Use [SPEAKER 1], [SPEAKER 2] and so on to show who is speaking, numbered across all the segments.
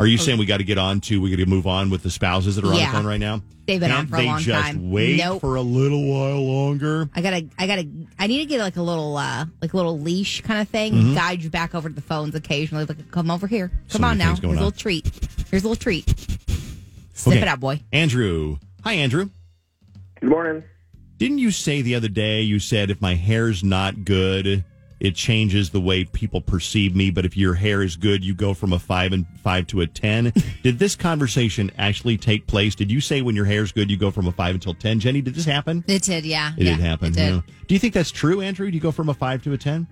[SPEAKER 1] Are you saying we got to get on to we got to move on with the spouses that are on
[SPEAKER 2] Mm-hmm. Yeah.
[SPEAKER 1] the phone right now?
[SPEAKER 2] They've been
[SPEAKER 1] Can't
[SPEAKER 2] on for a
[SPEAKER 1] they
[SPEAKER 2] long
[SPEAKER 1] just
[SPEAKER 2] time.
[SPEAKER 1] Wait
[SPEAKER 2] Nope.
[SPEAKER 1] for a little while longer.
[SPEAKER 2] I gotta, I gotta, I need to get like a little, uh, like a little leash kind of thing, guide you back over to the phones occasionally. Like, come over here,
[SPEAKER 1] Mm-hmm. So
[SPEAKER 2] come on
[SPEAKER 1] many
[SPEAKER 2] now.
[SPEAKER 1] things
[SPEAKER 2] Here's
[SPEAKER 1] going
[SPEAKER 2] a little
[SPEAKER 1] on.
[SPEAKER 2] treat. Here's a little treat. Sip
[SPEAKER 1] Okay.
[SPEAKER 2] it out, boy.
[SPEAKER 1] Andrew, hi Andrew.
[SPEAKER 3] Good morning.
[SPEAKER 1] Didn't you say the other day you said if my hair's not good, it changes the way people perceive me, but if your hair is good, you go from a 5 and 5 to a 10. did this conversation actually take place? Did you say when your hair's good you go from a 5 until 10? Jenny, did this happen?
[SPEAKER 2] It did, yeah.
[SPEAKER 1] It
[SPEAKER 2] yeah,
[SPEAKER 1] did happen.
[SPEAKER 2] It did.
[SPEAKER 1] yeah. Do you think that's true, Andrew? Do you go from a 5 to a 10?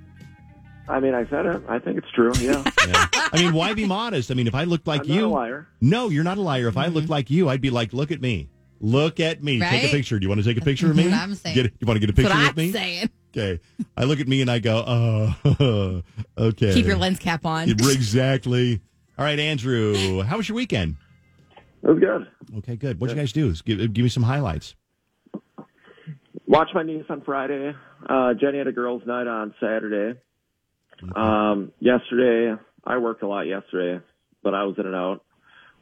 [SPEAKER 3] I mean, I said it. I think it's true. Yeah.
[SPEAKER 1] Yeah. I mean, why be modest? I mean, if I looked like
[SPEAKER 3] I'm
[SPEAKER 1] you,
[SPEAKER 3] not a liar.
[SPEAKER 1] no, you're not a liar. If I looked like you, I'd be like, look at me, look at me, take
[SPEAKER 2] Right?
[SPEAKER 1] a picture. Do you want to take a picture of me?
[SPEAKER 2] That's what I'm saying.
[SPEAKER 1] Get- you want to get a
[SPEAKER 2] That's
[SPEAKER 1] picture
[SPEAKER 2] what
[SPEAKER 1] of
[SPEAKER 2] I'm
[SPEAKER 1] me?
[SPEAKER 2] saying.
[SPEAKER 1] Okay, I look at me and I go, oh, okay.
[SPEAKER 2] Keep your lens cap on.
[SPEAKER 1] Exactly. All right, Andrew, how was your weekend?
[SPEAKER 3] It was good.
[SPEAKER 1] Okay, good. What'd you guys do? Just Give, give me some highlights.
[SPEAKER 3] Watched my niece on Friday. Uh, Jenny had a girls' night on Saturday. Um, yesterday, I worked a lot yesterday, but I was in and out.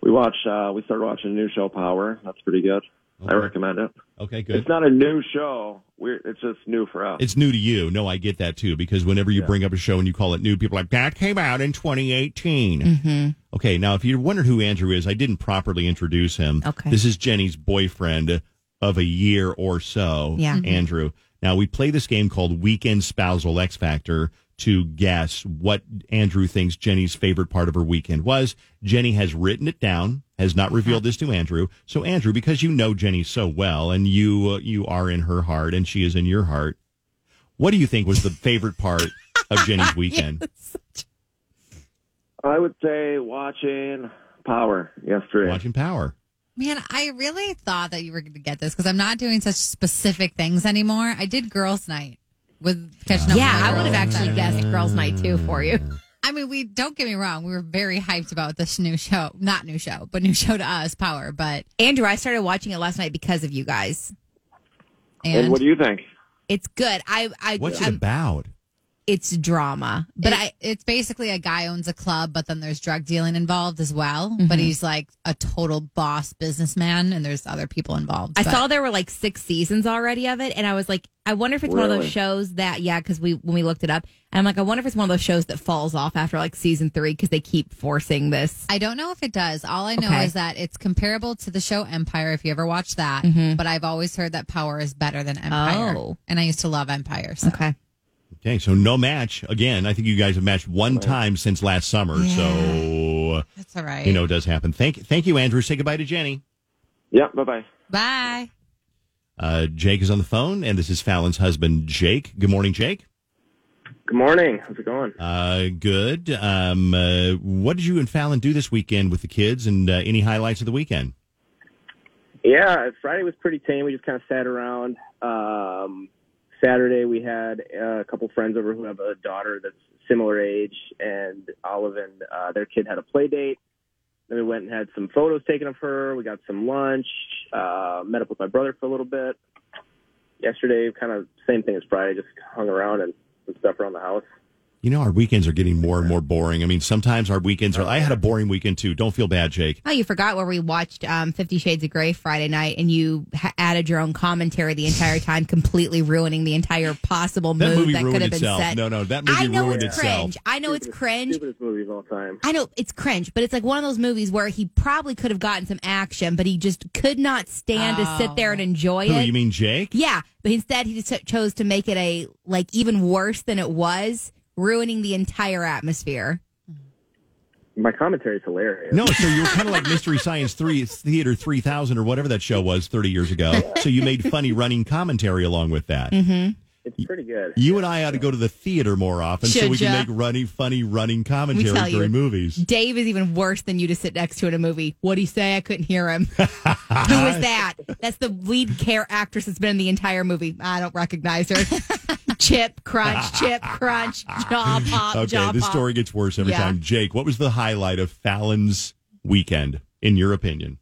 [SPEAKER 3] We watched. Uh, we started watching a new show, Power. That's pretty good. I
[SPEAKER 1] Okay.
[SPEAKER 3] recommend it.
[SPEAKER 1] Okay, good.
[SPEAKER 3] It's not a new show. We're, it's just new for us.
[SPEAKER 1] It's new to you. No, I get that too, because whenever you bring up a show and you call it new, people are like, that came out in 2018. Okay, now if you wondered who Andrew is, I didn't properly introduce him.
[SPEAKER 2] Okay.
[SPEAKER 1] This is Jenny's boyfriend of a year or so,
[SPEAKER 2] Yeah. Mhm.
[SPEAKER 1] Andrew. Now we play this game called Weekend Spousal X Factor to guess what Andrew thinks Jenny's favorite part of her weekend was. Jenny has written it down, has
[SPEAKER 2] Uh-huh.
[SPEAKER 1] not revealed this to Andrew. So Andrew, because you know Jenny so well and you uh, you are in her heart and she is in your heart, what do you think was the favorite part of Jenny's weekend?
[SPEAKER 3] I would say watching Power yesterday.
[SPEAKER 1] Watching Power.
[SPEAKER 4] Man, I really thought that you were going to get this because I'm not doing such specific things anymore. I did girls' night with catching up.
[SPEAKER 2] yeah,
[SPEAKER 4] with my
[SPEAKER 2] I would have
[SPEAKER 4] girls.
[SPEAKER 2] actually guessed girls' night too for you.
[SPEAKER 4] I mean, we don't get me wrong. We were very hyped about this new show, not new show, but new show to us, Power. But
[SPEAKER 2] Andrew, I started watching it last night because of you guys.
[SPEAKER 3] and,
[SPEAKER 4] and
[SPEAKER 3] what do you think?
[SPEAKER 2] It's good. I, I,
[SPEAKER 1] What's it
[SPEAKER 2] I'm-
[SPEAKER 1] about?
[SPEAKER 2] it's drama, but
[SPEAKER 4] It-
[SPEAKER 2] I,
[SPEAKER 4] it's basically a guy owns a club, but then there's drug dealing involved as well. But
[SPEAKER 2] Mm-hmm.
[SPEAKER 4] he's like a total boss businessman, and there's other people involved.
[SPEAKER 2] I
[SPEAKER 4] but-
[SPEAKER 2] saw there were like six seasons already of it, and I was like, I wonder if it's one of
[SPEAKER 3] Really?
[SPEAKER 2] those shows that, yeah, because we when we looked it up, and I'm like, I wonder if it's one of those shows that falls off after like season three because they keep forcing this.
[SPEAKER 4] I don't know if it does. All I know
[SPEAKER 2] Okay.
[SPEAKER 4] is that it's comparable to the show Empire, if you ever watched that. But I've always heard that Power is better than Empire.
[SPEAKER 2] Mm-hmm. Oh.
[SPEAKER 4] And I used to love Empire. So.
[SPEAKER 2] Okay,
[SPEAKER 1] Okay, so no match again. I think you guys have matched one time since last summer, so
[SPEAKER 4] That's all right.
[SPEAKER 1] you know it does happen. Thank, thank you, Andrew. Say goodbye to Jenny.
[SPEAKER 3] Yeah. Bye bye.
[SPEAKER 4] Bye.
[SPEAKER 1] Uh, Jake is on the phone, and this is Fallon's husband, Jake. Good morning, Jake.
[SPEAKER 3] Good morning. How's it going?
[SPEAKER 1] Uh, good. Um, uh, what did you and Fallon do this weekend with the kids, and uh, any highlights of the weekend?
[SPEAKER 5] Yeah, Friday was pretty tame. We just kind of sat around. Um, Saturday we had uh, a couple friends over who have a daughter that's similar age, and Olive and uh, their kid had a play date. Then we went and had some photos taken of her. We got some lunch. Uh, met up with my brother for a little bit. Yesterday, kind of same thing as Friday. Just hung around and did stuff around the house.
[SPEAKER 1] You know, our weekends are getting more and more boring. I mean, sometimes our weekends are. I had a boring weekend too. Don't feel bad, Jake.
[SPEAKER 2] oh, you forgot where we watched um, Fifty Shades of Grey Friday night, and you ha- added your own commentary the entire time, completely ruining the entire possible
[SPEAKER 1] That
[SPEAKER 2] mood
[SPEAKER 1] movie
[SPEAKER 2] that could
[SPEAKER 1] ruined
[SPEAKER 2] have been
[SPEAKER 1] itself.
[SPEAKER 2] said.
[SPEAKER 1] No, no, that
[SPEAKER 2] I
[SPEAKER 1] movie
[SPEAKER 2] know
[SPEAKER 1] ruined
[SPEAKER 2] it's
[SPEAKER 1] itself.
[SPEAKER 2] cringe. I know it's cringe.
[SPEAKER 5] Stupidest movie of all time.
[SPEAKER 2] I know it's cringe, but it's like one of those movies where he probably could have gotten some action, but he just could not stand to sit there and enjoy
[SPEAKER 1] Who
[SPEAKER 2] it.
[SPEAKER 1] you mean, Jake?
[SPEAKER 2] yeah, but instead he just chose to make it a like even worse than it was, ruining the entire atmosphere.
[SPEAKER 5] My commentary's hilarious.
[SPEAKER 1] No, so you were kind of like Mystery Science Three Theater Three Thousand or whatever that show was thirty years ago. So you made funny running commentary along with that.
[SPEAKER 2] Mm-hmm.
[SPEAKER 5] It's pretty good.
[SPEAKER 1] You and I ought to go to the theater more often so
[SPEAKER 2] Should
[SPEAKER 1] we can
[SPEAKER 2] ya?
[SPEAKER 1] make runny, funny running commentary
[SPEAKER 2] tell
[SPEAKER 1] during
[SPEAKER 2] you.
[SPEAKER 1] movies.
[SPEAKER 2] Dave is even worse than you to sit next to in a movie. What do you say? I couldn't hear him. Who is that? That's the lead care actress that's been in the entire movie. I don't recognize her. chip crunch, chip crunch, jaw pop,
[SPEAKER 1] okay,
[SPEAKER 2] jaw
[SPEAKER 1] this
[SPEAKER 2] pop.
[SPEAKER 1] story gets worse every
[SPEAKER 2] Yeah.
[SPEAKER 1] time. Jake, what was the highlight of Fallon's weekend, in your opinion?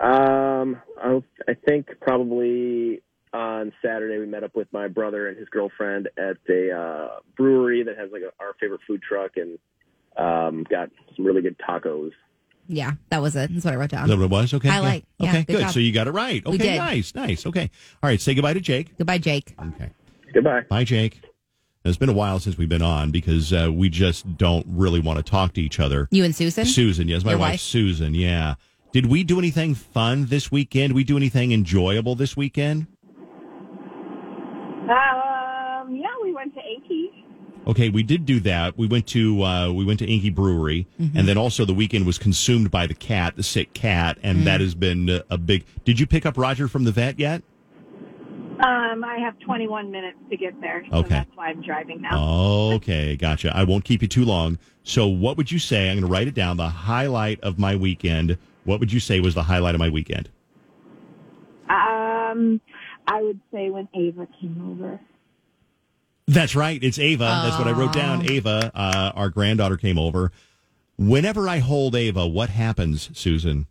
[SPEAKER 5] Um, I, I think probably on Saturday we met up with my brother and his girlfriend at a uh, brewery that has like a, our favorite food truck, and Um, got some really good tacos.
[SPEAKER 2] Yeah, that was it. That's what I wrote down.
[SPEAKER 1] Is that what it was? Okay.
[SPEAKER 2] I like- yeah,
[SPEAKER 1] okay,
[SPEAKER 2] good
[SPEAKER 1] good.
[SPEAKER 2] job.
[SPEAKER 1] So you got it right. Okay,
[SPEAKER 2] did.
[SPEAKER 1] nice, nice. Okay. All right, say goodbye to Jake.
[SPEAKER 2] Goodbye, Jake.
[SPEAKER 1] Okay.
[SPEAKER 5] Goodbye.
[SPEAKER 1] Bye, Jake. Now, It's been a while since we've been on because uh, we just don't really want to talk to each other.
[SPEAKER 2] You and Susan?
[SPEAKER 1] Susan, yes, my
[SPEAKER 2] Your
[SPEAKER 1] wife,
[SPEAKER 2] wife?
[SPEAKER 1] Susan, yeah. Did we do anything fun this weekend? We do anything enjoyable this weekend?
[SPEAKER 6] Um, yeah, we went to Anki.
[SPEAKER 1] Okay, we did do that. We went to uh, we went to Inky Brewery,
[SPEAKER 2] Mm-hmm.
[SPEAKER 1] and then also the weekend was consumed by the cat, the sick cat, and that
[SPEAKER 2] Mm.
[SPEAKER 1] has been uh, a big. Did you pick up Roger from the vet yet?
[SPEAKER 6] Um, I have 21 minutes to get there, so
[SPEAKER 1] Okay.
[SPEAKER 6] that's why I'm driving now.
[SPEAKER 1] Okay, gotcha. I won't keep you too long. So, what would you say? I'm going to write it down. The highlight of my weekend. What would you say was the highlight of my weekend? Oh.
[SPEAKER 6] Um, I would say when Ava came over.
[SPEAKER 1] That's right. It's Ava. That's what I wrote down. Ava, uh, our granddaughter came over. Whenever I hold Ava, what happens, Susan?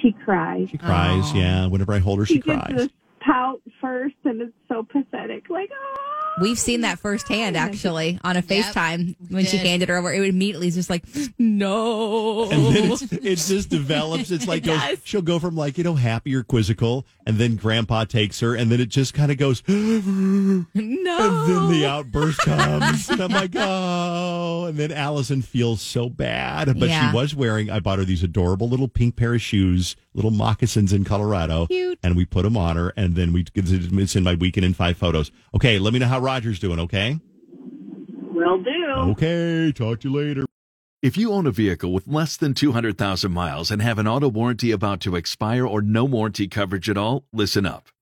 [SPEAKER 6] She cries.
[SPEAKER 1] She cries.
[SPEAKER 4] Aw.
[SPEAKER 1] Yeah. Whenever I hold her, she,
[SPEAKER 6] gets
[SPEAKER 1] cries.
[SPEAKER 6] this pout first, and it's so pathetic. Like, oh.
[SPEAKER 2] We've seen that firsthand, actually, on a FaceTime when she
[SPEAKER 4] did.
[SPEAKER 2] handed her over. It would immediately just like, no.
[SPEAKER 1] And then it's, it just develops. It's like goes,
[SPEAKER 2] does.
[SPEAKER 1] she'll go from like you know happy or quizzical, and then Grandpa takes her, and then it just kind of goes. And then
[SPEAKER 2] no.
[SPEAKER 1] the outburst comes, and I'm like, oh. And then Allison feels so bad, but
[SPEAKER 2] Yeah.
[SPEAKER 1] she was wearing. I bought her these adorable little pink pair of shoes, little moccasins in Colorado,
[SPEAKER 2] Cute.
[SPEAKER 1] and we put them on her. And then we it's in my weekend in five photos. Okay, let me know how Roger's doing. Okay,
[SPEAKER 6] Will do.
[SPEAKER 2] Oh.
[SPEAKER 1] okay. Talk to you later.
[SPEAKER 7] If you own a vehicle with less than 200,000 miles and have an auto warranty about to expire or no warranty coverage at all, listen up.